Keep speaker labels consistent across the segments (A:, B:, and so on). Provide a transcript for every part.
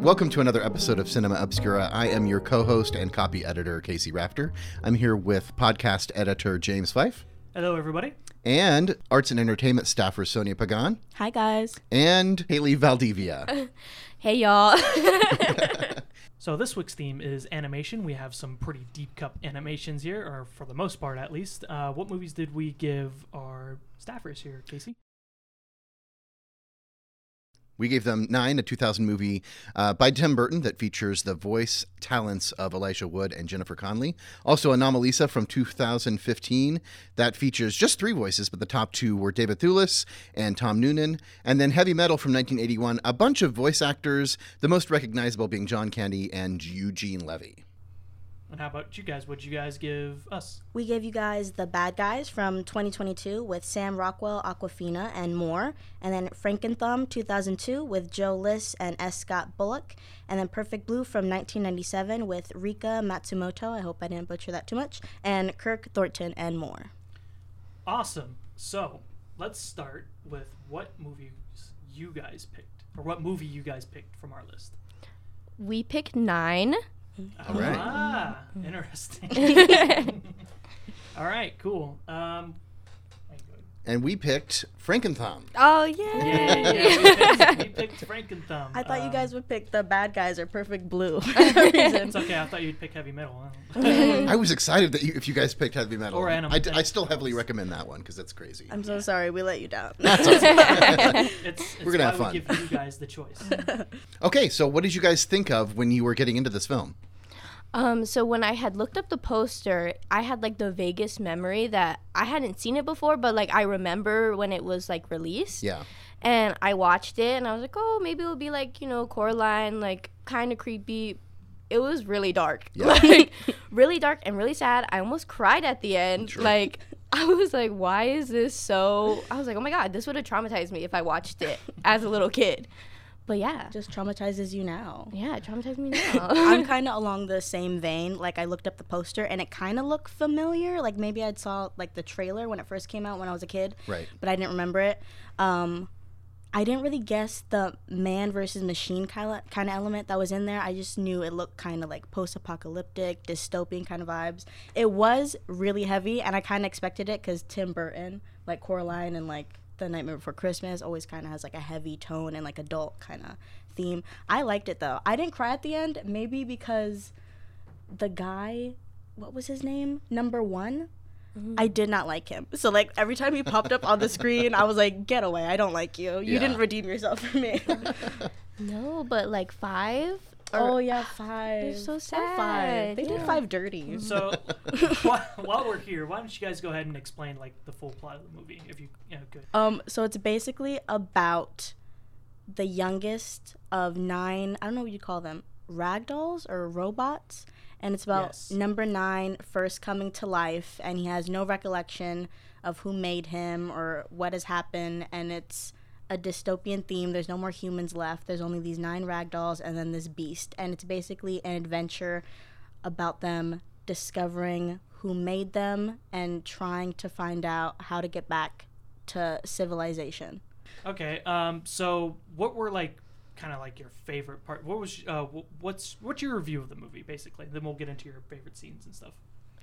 A: Welcome to another episode of Cinema Obscura. I am your co host and copy editor, Casey Rafter. I'm here with podcast editor James Fife
B: Hello, everybody.
A: and arts and entertainment staffer Sonia Pagan
C: Hi guys.
A: and Haley Valdivia.
C: Hey y'all.
B: So, this week's theme is animation. We have some pretty deep cup animations here, or for the most part at least. Uh, what movies did we give our staffers here, Casey?
A: We gave them Nine, a 2000 movie uh, by Tim Burton that features the voice talents of Elisha Wood and Jennifer Conley. Also, Anomalisa from 2015 that features just three voices, but the top two were David Thewlis and Tom Noonan. And then Heavy Metal from 1981, a bunch of voice actors, the most recognizable being John Candy and Eugene Levy.
B: And how about you guys? What'd you guys give us?
C: we gave you guys the bad guys from 2022 with Sam Rockwell, Aquafina, and more, and then Frankenthumb 2002 with Joe Liss and S. Scott Bullock, and then Perfect Blue from 1997 with Rika Matsumoto. I hope I didn't butcher that too much, and Kirk Thornton and more.
B: Awesome. So, let's start with what movies you guys picked, or what movie you guys picked from our list.
D: We picked nine.
A: All right.
B: Ah, interesting.
C: Oh,
B: All right, cool. Um,
A: And we picked Frankenthumb.
D: Oh yeah.
B: yeah, yeah, we picked, we picked Frankenthumb.
C: I thought you
B: Um,
C: guys would pick the bad guys or Perfect Blue. reason.
B: It's okay. I thought you'd pick heavy metal. I don't know.
A: I was excited that you, if you guys picked heavy metal.
B: Or Animal
A: I, d- I
B: Planet.
A: still heavily recommend that one because that's crazy.
C: I'm so sorry we let you down.
B: It's, it's
A: We're gonna
B: why
A: have
B: We
A: fun.
B: give you guys the choice.
A: Okay, so what did you guys think of when you were getting into this film?
D: Um, so when I had looked up the poster, I had like the vaguest memory that I hadn't seen it before, but like I remember when it was like released.
A: Yeah.
D: And I watched it and I was like, oh, maybe it'll be like, you know, Coraline, like kind of creepy. It was really dark.
A: Yeah.
D: Like really dark and really sad. I almost cried at the end.
A: Sure.
D: Like I was like, why is this so I was like, oh my god, this would have traumatized me if I watched it as a little kid. But yeah.
C: Just traumatizes you now.
D: yeah, it traumatized me now.
C: I'm kind of along the same vein. Like I looked up the poster and it kind of looked familiar. Like maybe I'd saw like the trailer when it first came out when I was a kid,
A: Right.
C: but I didn't remember it. Um, I didn't really guess the man versus machine kind of kind of element that was in there. I just knew it looked kind of like post-apocalyptic, dystopian kind of vibes. It was really heavy, and I kind of expected it because Tim Burton, like Coraline, and like The Nightmare Before Christmas, always kind of has like a heavy tone and like adult kind of theme. I liked it though. I didn't cry at the end, maybe because the guy, what was his name? Number one. I did not like him. So like every time he popped up on the screen, I was like, "Get away! I don't like you. You
A: Yeah.
C: didn't redeem yourself for me."
D: No, but like five.
C: oh yeah, five.
D: They're so
C: Or Five.
D: sad,
C: They did
D: yeah.
C: five dirty.
B: So, while, while we're here, why don't you guys go ahead and explain like the full plot of the movie, if you, you know, could.
C: Um, so it's basically about the youngest of nine. I don't know what you call them, ragdolls or robots. And it's about
B: Yes.
C: number nine first coming to life, and he has no recollection of who made him or what has happened. And it's a dystopian theme. There's no more humans left. There's only these nine ragdolls and then this beast. And it's basically an adventure about them discovering who made them and trying to find out how to get back to civilization.
B: Okay. Um. So, what were like, kind of like your favorite part? What was uh, wh- what's what's your review of the movie basically? Then we'll get into your favorite scenes and stuff.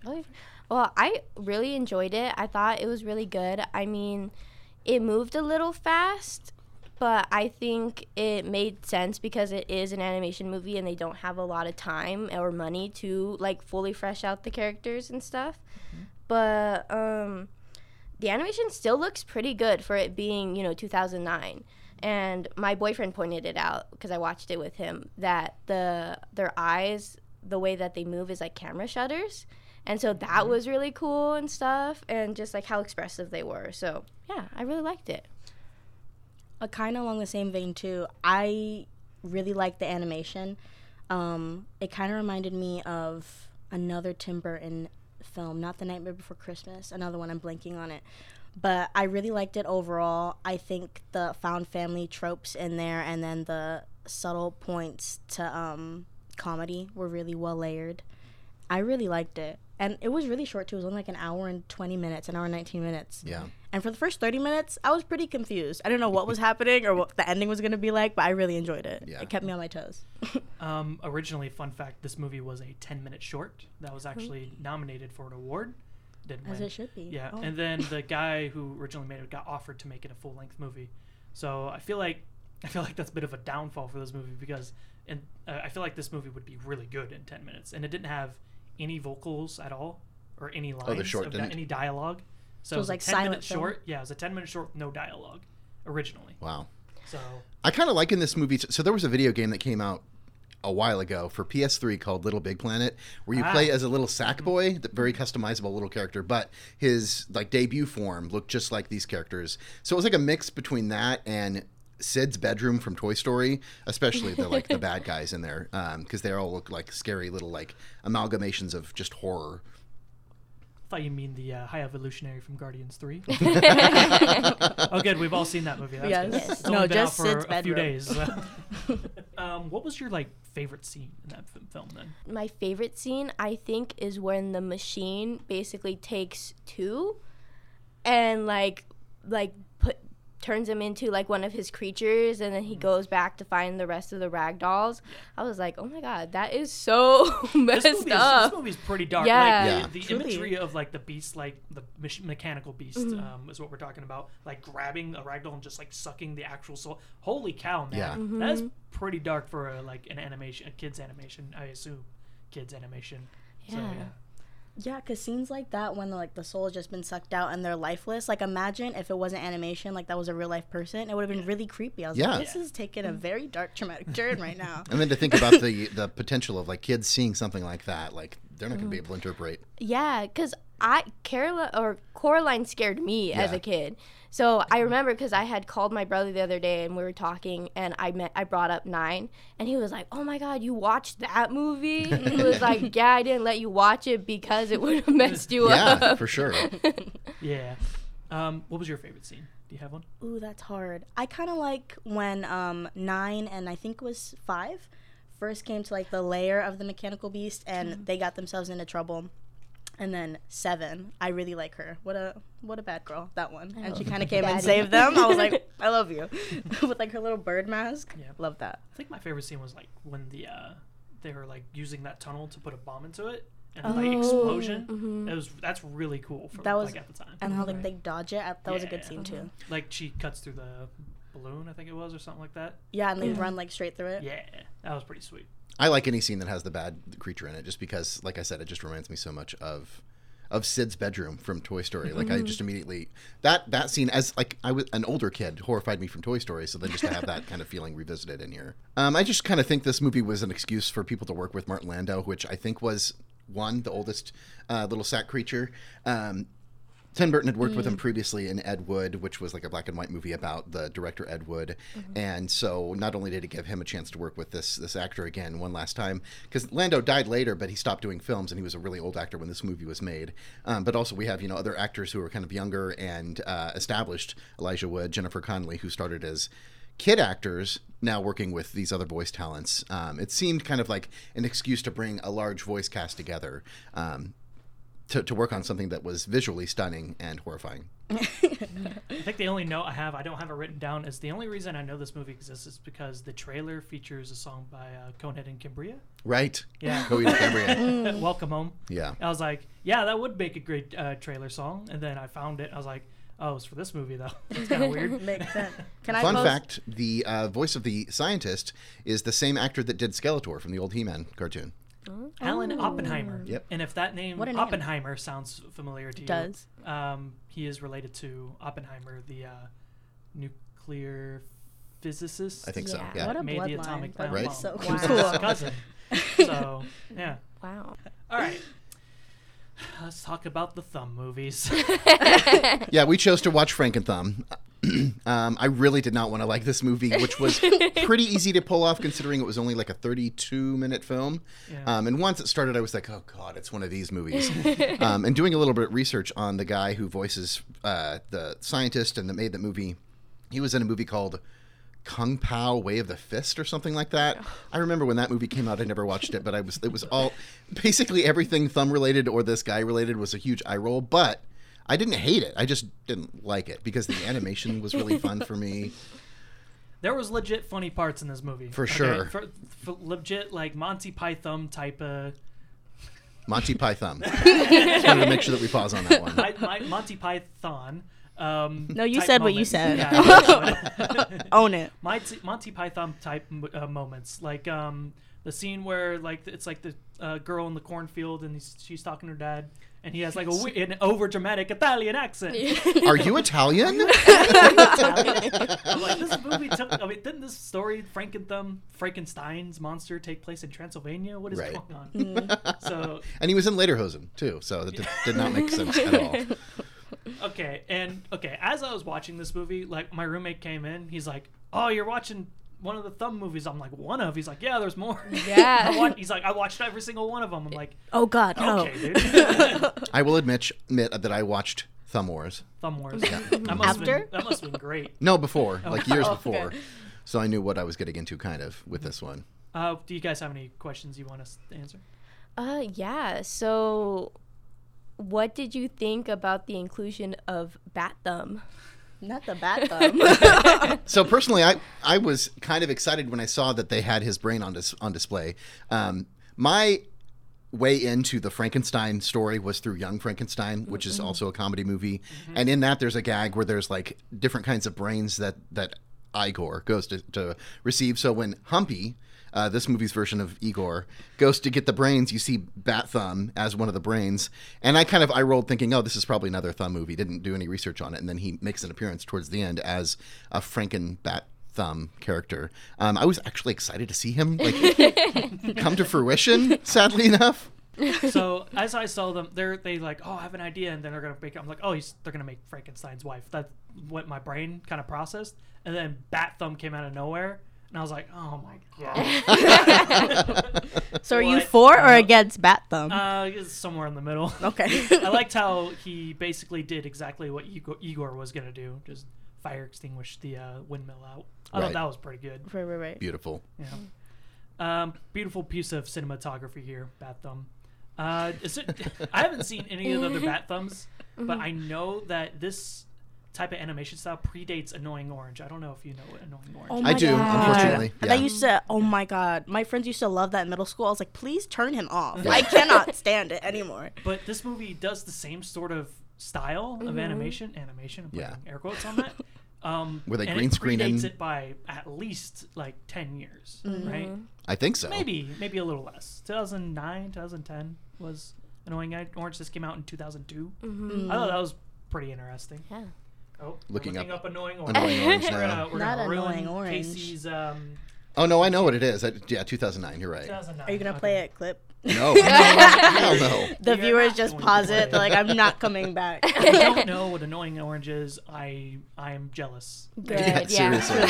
D: Really? Well, I really enjoyed it. I thought it was really good. I mean, it moved a little fast, but I think it made sense because it is an animation movie and they don't have a lot of time or money to like fully fresh out the characters and stuff. But um the animation still looks pretty good for it being, you know, 2009. And my boyfriend pointed it out because I watched it with him that the their eyes, the way that they move is like camera shutters. And so that
B: Mm-hmm.
D: was really cool and stuff, and just like how expressive they were. So yeah, I really liked it.
C: uh, kind of along the same vein too. I really liked the animation. Um, it kind of reminded me of another Tim Burton film, not The Nightmare Before Christmas. Another one I'm blanking on it, but I really liked it overall. I think the found family tropes in there, and then the subtle points to um, comedy were really well layered. I really liked it, and it was really short too. It was only like an hour and twenty minutes, an hour and nineteen minutes
A: Yeah.
C: And for the first 30 minutes, I was pretty confused. I didn't know what was happening or what the ending was going to be like, but I really enjoyed it.
A: Yeah.
C: It kept me on my toes.
B: Um, originally, fun fact: this movie was a ten-minute short that was actually nominated for an award. Didn't
C: As
B: win.
C: it should be.
B: Yeah,
C: Oh.
B: and then the guy who originally made it got offered to make it a full-length movie. So I feel like I feel like that's a bit of a downfall for this movie because, and uh, I feel like this movie would be really good in ten minutes, and it didn't have any vocals at all or any lines,
A: Oh, the short
B: of di-
A: didn't?
B: any dialogue. So,
C: it
B: it was,
C: was like
B: a ten-minute
C: silent film?
B: short. Yeah, it was a ten-minute short, with no dialogue, originally.
A: Wow.
B: So
A: I kind of like in this movie. So there was a video game that came out a while ago for PS3 called Little Big Planet, where you
B: Ah.
A: play as a little sack boy, the very customizable little character. But his like debut form looked just like these characters. So it was like a mix between that and Sid's bedroom from Toy Story, especially the like the bad guys in there, because they all look like scary little like amalgamations of just horror.
B: I thought you mean the uh, High Evolutionary from Guardians Three. oh, good. We've all seen that movie. That's
C: Yes.
B: good.
C: Yes.
B: It's
C: No,
B: only been
C: just
B: out for
C: Sid's
B: a few
C: bedroom.
B: days. so. um, what was your like favorite scene in that f- film? Then
D: my favorite scene I think is when the machine basically takes two and like like put turns him into like one of his creatures and then
B: Mm.
D: he goes back to find the rest of the rag dolls. I was like, "Oh my god, that is so
B: this
D: messed
B: movie, is, this
D: up."
B: movie's pretty dark.
D: Yeah.
B: Like,
A: Yeah.
B: The, the
C: Truly. Mm-hmm.
B: imagery of like the beast, like the mach- mechanical beast, um, is what we're talking about. Like grabbing a ragdoll and just like sucking the actual soul. Holy cow, man!
A: Yeah.
C: Mm-hmm.
B: That's pretty dark for a, like an animation, a kids animation. I assume kids animation. So,
D: Yeah.
B: yeah.
C: Yeah, because scenes like that when like the soul's just been sucked out and they're lifeless. Like imagine if it wasn't animation, like that was a real life person, it would have been really creepy. I was
A: Yeah.
C: like, this is taking a very dark traumatic turn right now.
A: And then to think about the the potential of like kids seeing something like that, like they're not going to be able to interpret.
D: Yeah, because I Caroline or Coraline scared me as
A: Yeah.
D: a kid. So I remember because I had called my brother the other day and we were talking, and I met I brought up Nine, and he was like, "Oh my God, you watched that movie?" he was like, "Yeah, I didn't let you watch it because it would have messed you
A: Yeah,
D: up."
A: for sure.
B: Yeah. Um, what was your favorite scene? Do you have one?
C: Ooh, that's hard. I kind of like when um nine and I think it was five first came to like the lair of the mechanical beast and they got themselves into trouble. And then seven, I really like her. What a what a bad girl that one. And she kind of came and
D: Daddy.
C: saved them. I was like, I love you, with like her little bird mask.
B: Yeah.
C: Love that.
B: I think my favorite scene was like when the uh, they were like using that tunnel to put a bomb into it and like
D: Oh,
B: explosion. That was that's really cool for
C: That was-
B: like at the time.
C: and how like they dodge it. I, that was a good
B: Yeah. Uh-huh.
C: scene too.
B: like she cuts through the balloon, I think it was, or something like that.
C: Yeah, and they run like straight through it.
B: Yeah, that was pretty sweet.
A: I like any scene that has the bad creature in it, just because, like I said, it just reminds me so much of of Sid's bedroom from Toy Story. Like I just immediately that that scene as like I was an older kid horrified me from Toy Story. So then just to have that kind of feeling revisited in here, um, I just kind of think this movie was an excuse for people to work with Martin Landau, which I think was one the oldest uh, little sack creature. Um, Tim Burton had worked with him previously in Ed Wood, which was like a black and white movie about the director Ed Wood, and so not only did it give him a chance to work with this this actor again one last time, because Lando died later, but he stopped doing films, and he was a really old actor when this movie was made. Um, but also we have you know other actors who are kind of younger and uh, established, Elijah Wood, Jennifer Connelly, who started as kid actors now working with these other voice talents. Um, it seemed kind of like an excuse to bring a large voice cast together. Um, to, to work on something that was visually stunning and horrifying.
B: I think the only note I have, I don't have it written down, is the only reason I know this movie exists is because the trailer features a song by uh, Conehead and Cambria.
A: Right.
B: Yeah.
A: Go eat a Cambria.
C: Mm.
B: Welcome home.
A: yeah.
B: I was like, yeah, that would make a great uh, trailer song. And then I found it. I was like, oh, it's for this movie though. It's kind of weird.
C: Makes sense. Can I
A: Fun
C: post?
A: fact: the uh, voice of the scientist is the same actor that did Skeletor from the old He-Man cartoon.
B: Alan Oppenheimer.
A: Yep.
B: And if that name,
C: Oh. What a name.
B: Oppenheimer sounds familiar to you,
C: Does.
B: Um, he is related to Oppenheimer, the uh, nuclear physicist.
A: I think
D: Yeah.
A: so. Yeah.
C: What a
B: made the
C: bloodline.
B: atomic
C: That
B: bomb.
A: Right.
C: was so
B: Wow.
D: Wow.
B: Who's
C: cool.
B: his cousin. So yeah.
D: wow.
B: All right. Let's talk about the thumb movies.
A: yeah, we chose to watch Frank and Thumb. um, I really did not want to like this movie, which was pretty easy to pull off considering it was only like a 32 minute film.
B: Yeah.
A: Um, and once it started, I was like, oh God, it's one of these movies. um, and doing a little bit of research on the guy who voices uh, the scientist and that made the movie, he was in a movie called. Kung Pao Way of the Fist or something like that. I remember when that movie came out I never watched it but I was it was all basically everything thumb related or this guy related was a huge eye roll but I didn't hate it. I just didn't like it because the animation was really fun for me.
B: There was legit funny parts in this movie.
A: For sure.
B: For, for legit like Monty Python type of
A: Monty Python. just wanted to make sure that we pause on that one.
B: I, my, Monty Python. Um,
C: No, you
B: type
C: said what you
B: moments.
C: said.
B: Yeah, I know.
C: Own it.
B: Monty, Monty Python type uh, moments, like um, the scene where like it's like the uh, girl in the cornfield and he's, she's talking to her dad, and he has like a, w- an over dramatic Italian accent.
A: Are you Italian?
B: I'm like this movie took. I mean, didn't this story Frankenthum, Frankenstein's monster take place in Transylvania? What is
A: Right.
B: going on? So
A: and he was in Lederhosen too, so that did, did not make sense at all.
B: okay, and okay, as I was watching this movie, like my roommate came in, he's like, "Oh, you're watching." One of the thumb movies, I'm like one of. He's like, yeah, there's more.
D: Yeah.
B: I wa- he's like, I watched every single one of them. I'm like,
C: Oh God, no.
B: okay, dude.
A: I will admit, admit that I watched Thumb Wars.
B: Thumb wars. That must have been,
C: After?
B: that must have been great.
A: No, before, like years
C: Oh, okay.
A: before. So I knew what I was getting into, kind of, with this one.
B: Uh, do you guys have any questions you want us to answer?
D: Uh, yeah. So, what did you think about the inclusion of Bat Thumb?
C: Not the bat thumb.
A: So personally, I I was kind of excited when I saw that they had his brain on dis- on display. Um, my way into the Frankenstein story was through Young Frankenstein, which is also a comedy movie. And in that, there's a gag where there's like different kinds of brains that that Igor goes to, to receive. So when Humpy, uh, this movie's version of Igor, goes to get the brains, you see Bat Thumb as one of the brains. And I kind of I rolled thinking, oh, this is probably another Thumb movie. Didn't do any research on it. And then he makes an appearance towards the end as a Franken Bat Thumb character. Um, I was actually excited to see him like come to fruition. Sadly enough.
B: so as I saw them, they're they like, oh, I have an idea, and then they're gonna make. I'm like, oh, he's, they're gonna make Frankenstein's wife. That's what my brain kind of processed, and then Bat Thumb came out of nowhere, and I was like, oh my god.
C: so are you
B: What?
C: for or against bat thumb?
B: uh, it's somewhere in the middle.
C: okay.
B: I liked how he basically did exactly what Igor, Igor was gonna do, just fire extinguish the uh, windmill out. I
A: Right.
B: thought that was pretty good.
C: right, right, right.
A: Beautiful.
B: Um, beautiful piece of cinematography here, Bat Thumb. Uh, is it, I haven't seen any of the other Bat Thumbs, but I know that this type of animation style predates Annoying Orange. I don't know if you know what Annoying Orange.
A: I do, unfortunately.
C: And
A: Yeah.
C: Oh I used to. Oh my god, my friends used to love that in middle school. I was like, please turn him off. I cannot stand it anymore.
B: But this movie does the same sort of style
C: Mm-hmm.
B: of animation. Animation. I'm
A: Yeah.
B: putting air quotes on that. Um,
A: Were they
B: and
A: green
B: it predates
A: screening?
B: it by at least like ten years,
C: Mm-hmm.
B: right?
A: I think so.
B: Maybe, maybe a little less. 2009, 2010 was annoying. I- Orange just came out in 2002. I thought
C: Mm-hmm.
B: that was pretty interesting.
D: Yeah.
B: Oh,
A: Looking
B: looking up,
A: up
B: annoying orange.
A: Annoying orange
B: we're gonna,
A: now.
B: we're
C: Not
B: gonna ruin
C: Annoying Orange.
B: Casey's um,
A: Oh no, I know what it is. I, yeah, 2009. You're right.
B: 2009.
C: Are you gonna
B: Okay.
C: play a clip?
A: No, hell no.
C: The
B: We are
C: viewers
B: not
C: just
B: going to
C: pause
B: play
C: it. They're
B: it.
C: like, I'm not coming back.
B: I don't know what annoying orange is. I I am jealous.
D: Good.
A: Yeah, seriously.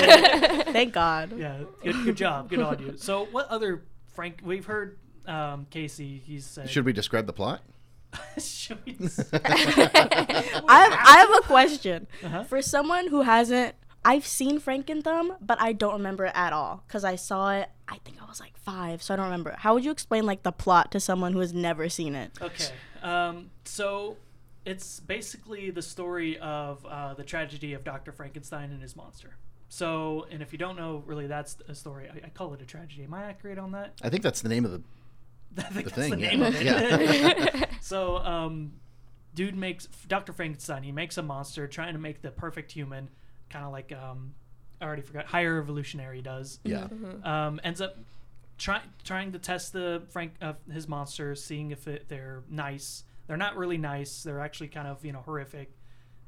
C: Thank God.
B: Yeah, good, good job, good audio. So what other Frank? We've heard um, Casey. He's said.
A: Should we describe the plot?
B: should we?
C: I have, I have a question
B: Uh-huh.
C: for someone who hasn't. I've seen Frankenthumb, but I don't remember it at all because I saw it. I think I was like five, so I don't remember. How would you explain like the plot to someone who has never seen it?
B: Okay. Um, so it's basically the story of uh, the tragedy of Dr. Frankenstein and his monster. So, and if you don't know, really, that's a story. I, I call it a tragedy. Am I accurate on that?
A: I think that's the name of the,
B: I think
A: the
B: that's
A: thing.
B: the
A: yeah.
B: name of it.
A: yeah.
B: So, um, dude makes Dr. Frankenstein. He makes a monster, trying to make the perfect human, kind of like um, I already forgot. Higher evolutionary does.
A: Yeah.
B: Um, ends up trying trying to test the Frank of his monster, seeing if it, they're nice. They're not really nice. They're actually kind of you know horrific.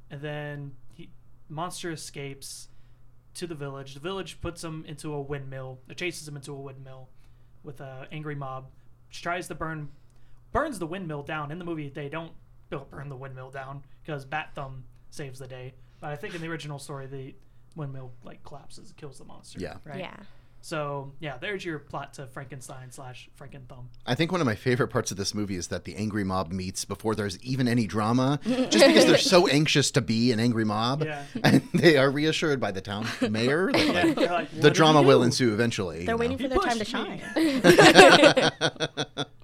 B: And then he monster escapes to the village. The village puts him into a windmill. It chases him into a windmill with a angry mob. Which tries to burn burns the windmill down. In the movie, they don't don't burn the windmill down because Bat Thumb saves the day. But I think in the original story, the windmill like collapses, kills the monster.
A: Yeah.
B: Right.
D: Yeah.
B: So yeah, there's your plot to Frankenstein slash Franken Thumb.
A: I think one of my favorite parts of this movie is that the angry mob meets before there's even any drama, just because they're so anxious to be an angry mob,
B: Yeah.
A: and they are reassured by the town mayor. that, like, the drama will ensue eventually.
C: They're
A: you
C: waiting
A: know.
C: for their time to
B: pushed me.
C: shine.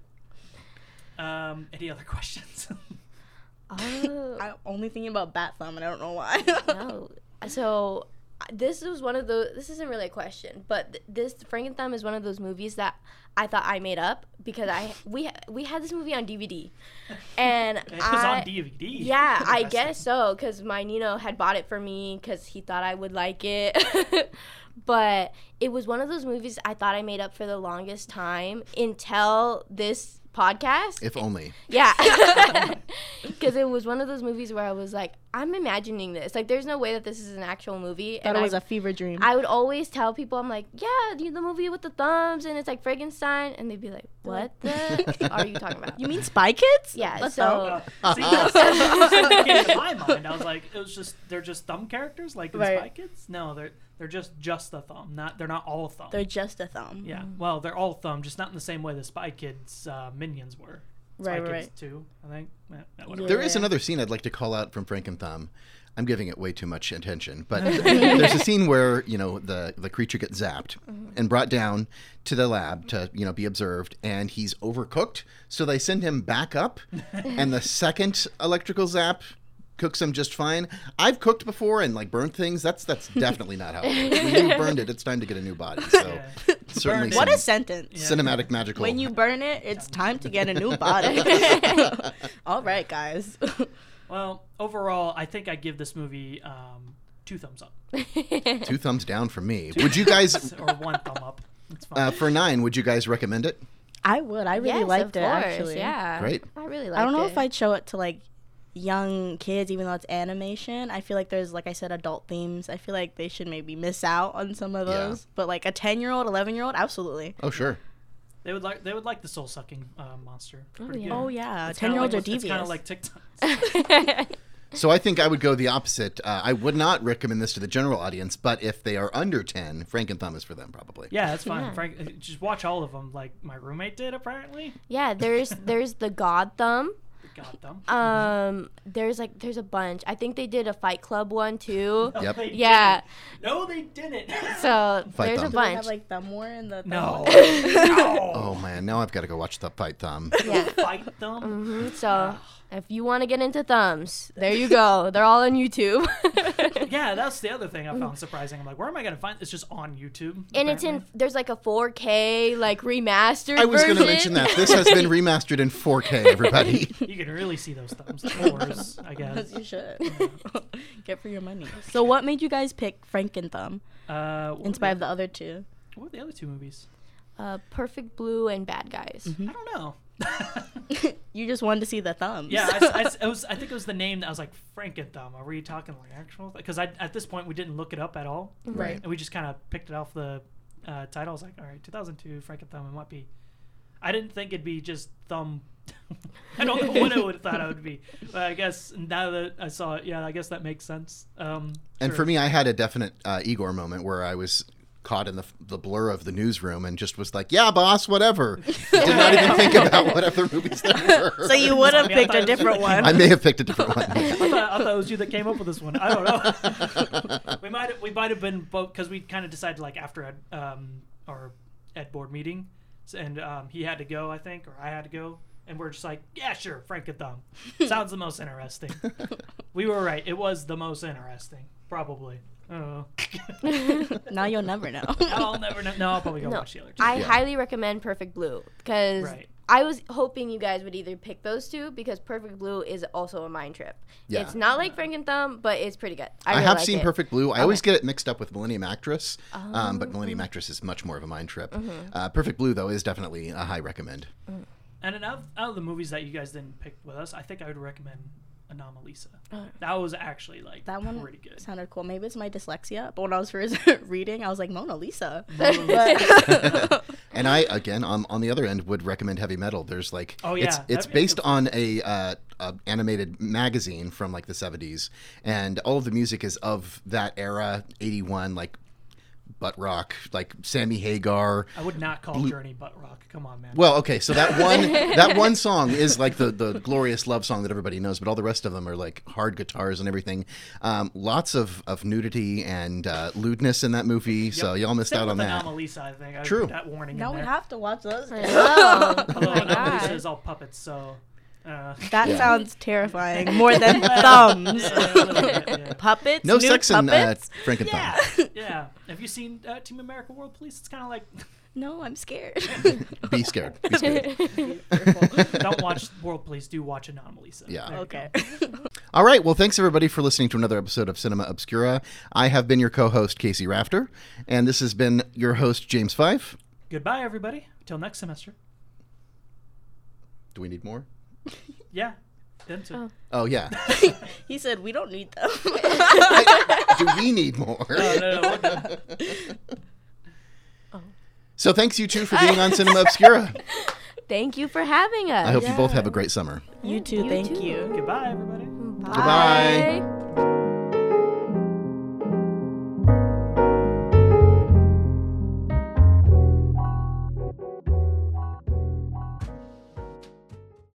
B: Um, any other questions?
D: Oh.
C: I'm only thinking about Bat Thumb, and I don't know why.
D: no. So I- this was one of the. This isn't really a question, but th- this Franken Thumb is one of those movies that I thought I made up because I we we had this movie on DVD, and
B: It was
D: I,
B: on DVD.
D: yeah, I
B: That's-
D: guess so because my Nino had bought it for me because he thought I would like it. but it was one of those movies I thought I made up for the longest time until this podcast.
A: If only.
D: Yeah. Because it was one of those movies where I was like, I'm imagining this. Like, there's no way that this is an actual movie.
C: Thought it was
D: I,
C: a fever dream.
D: I would always tell people, I'm like, yeah, you- the movie with the thumbs, and it's like Frankenstein. And they'd be like, what the are you talking about?
C: you mean Spy Kids?
D: Yeah,
C: Let's
D: so-
B: Uh, see, that's- that's what came to my mind. I was like, it was just they're just thumb characters, like in
C: Right.
B: Spy Kids. No, they're they're just just the thumb. Not they're not all thumb.
C: They're just a thumb.
B: yeah, well, they're all thumb, just not in the same way the Spy Kids uh, minions were. Spy
C: Right, right,
B: Kids Two, I think. Yeah, no, whatever.
A: There is
C: Yeah.
A: another scene I'd like to call out from Frank and Thumb. I'm giving it way too much attention, but there's a scene where you know the the creature gets zapped and brought down to the lab to you know be observed, and he's overcooked. So they send him back up, and the second electrical zap cooks him just fine. I've cooked before and like burned things. That's that's definitely not how it works. When you burned it, it's time to get a new body. So
B: Yeah.
A: certainly
B: Burned
C: What a
A: some
C: sentence.
B: Yeah.
A: cinematic magical.
C: When you burn it, it's time to get a new body. All right, guys.
B: Well, overall, I think I give this movie um, two thumbs up
A: two thumbs down from me. Would you guys
B: or one thumb up. It's fine.
A: uh, for nine? Would you guys recommend it?
C: I would. I really
D: Yes,
C: liked
D: of
C: it.
D: course,
C: Actually,
D: Yeah.
A: Great.
D: I really liked it.
C: I don't know if I'd show it to like young kids, even though it's animation. I feel like there's, like I said, adult themes. I feel like they should maybe miss out on some of
A: Yeah.
C: those. But like a ten year old, eleven year old, absolutely.
A: Oh sure.
B: they would like they would like the soul sucking uh, monster. It's pretty
D: yeah.
B: good.
C: Oh yeah,
B: It's
C: ten
B: kinda
C: year olds
B: like,
C: are devious.
B: It's kind of like TikTok.
A: So I think I would go the opposite. Uh, I would not recommend this to the general audience, but if they are under 10, Frank and Thumb is for them probably.
B: Yeah, that's fine.
D: Yeah.
B: Frank, uh, just watch all of them, like my roommate did apparently.
D: yeah, there's there's the God Thumb.
B: Got them.
D: Um, there's like there's a bunch. I think they did a Fight Club one too.
B: No,
A: Yep.
B: they
D: Yeah.
B: didn't. No, they didn't.
D: So
A: Fight Thumb. Do
D: there's a
C: Do they
D: bunch.
C: have like thumb war in the
B: no.
C: thumb?
B: no.
A: Oh man, now I've got to go watch the fight Thumb.
D: yeah.
B: Fight them.
D: hmm So if you want to get into thumbs, there you go. They're all on YouTube.
B: Yeah, that's the other thing I found surprising. I'm like, where am I gonna find? It's just on YouTube.
D: Mm. and it's in there's like a 4K like remastered.
A: I was going to mention
D: version.
A: that this has been remastered in 4K, everybody.
B: apparently. You can really see those thumbs. Fours, I guess.
C: As you should. Get for your money. So, what made you guys pick Frank and Thumb
B: Uh, what were
C: in spite of
B: the-
C: the other two?
B: What were the other two movies?
D: uh, Perfect Blue and Bad Guys.
B: I don't know.
C: you just wanted to see the thumbs.
B: yeah, I, I- it was. I think it was the name that I was like Frankenthumb. Are we talking like actual? Because I at this point we didn't look it up at all,
C: Mm-hmm.
D: Mm-hmm.
A: Right.
B: and we just kind of picked it off the uh, title. I was like, all right, 2002 Frankenthumb. It might be. I didn't think it'd be just thumb. I don't know what I would have thought it would be, but I guess now that I saw it, yeah, I guess that makes sense. Um,
A: And
B: sure.
A: for me, I had a definite uh, Igor moment where I was caught in the, the blur of the newsroom and just was like, yeah, boss, whatever. Did not even think about what other movies there were.
C: So you would have
B: I mean, I
C: picked
B: thought it
C: a
B: was
C: different
B: really-
A: I
C: one.
A: may have picked a different one.
B: I thought, I thought it was you that came up with this one. I don't know. we might we might have been both because we kind of decided like after um, our ed board meeting, s- and um, he had to go, I think, or I had to go, and we're just like, yeah, sure, Frank and Thumb sounds the most interesting. we were right; it was the most interesting, probably. I don't know.
C: Now you'll never know.
B: I'll never know. No, I'll probably go
D: No,
B: watch the other two.
D: I
A: Yeah.
D: highly recommend Perfect Blue because
B: Right.
D: I was hoping you guys would either pick those two because Perfect Blue is also a mind trip.
A: Yeah.
D: It's not like Frank and Thumb, but it's pretty good. I,
A: I,
D: really
A: have
D: like
A: seen
D: it.
A: Perfect Blue. I always get it mixed up with Millennium Actress, um, but
D: Oh.
A: Millennium Actress is much more of a mind trip.
D: Mm-hmm.
A: Uh, Perfect Blue, though, is definitely a high recommend.
B: And then out of, out of the movies that you guys didn't pick with us, I think I would recommend Anomalisa. That was actually like
C: That one
B: pretty good.
C: sounded cool. Maybe it's my dyslexia, but when I was first reading, I was like Mona Lisa. But-
A: And I, again, on, on the other end, would recommend heavy metal. There's like,
B: Oh,
A: it's
B: yeah.
A: it's
B: That'd be-
A: based on a, uh, a animated magazine from like the 70s, and all of the music is of that era, 81, like butt rock, like Sammy Hagar.
B: I would not call Journey butt rock. Come on, man.
A: Well, okay, so that one that one song is like the the glorious love song that everybody knows, but all the rest of them are like hard guitars and everything. Um, lots of of nudity and uh, lewdness in that movie, so y'all missed
B: Except
A: out on
B: with
A: that.
B: Anomalisa, I think. I would
A: True.
B: put That warning.
C: now
B: in
C: we
B: there.
C: have to watch those.
D: I know.
B: Although
D: Oh my
B: Anomalisa
D: God.
B: is all puppets, so Uh,
C: That
A: Yeah.
C: sounds terrifying. More than thumbs.
B: Yeah, a little bit, yeah.
C: Puppets.
A: No
C: nude
A: sex in uh,
C: puppets?
A: Frankenstein.
C: yeah.
B: yeah. Have you seen uh, Team America World Police? It's kind of like
C: No, I'm scared.
A: Be scared. Be scared.
B: don't watch World Police, do watch Anomalisa.
A: Yeah.
B: There you go.
C: okay.
A: All right. Well, thanks everybody for listening to another episode of Cinema Obscura. I have been your co-host Casey Rafter, and this has been your host James Fife.
B: Goodbye, everybody. Till next semester.
A: Do we need more?
B: Yeah. Them too.
D: Oh.
A: Oh yeah.
C: he said we don't need them.
A: Do we need more?
B: Oh, No, no, no, we're good.
A: So thanks you two for being on Cinema Obscura.
D: Thank you for having us.
A: I hope you both have a great summer.
C: you too.
D: You
C: thank
D: too.
C: you.
B: Goodbye, everybody.
D: Bye.
A: Goodbye.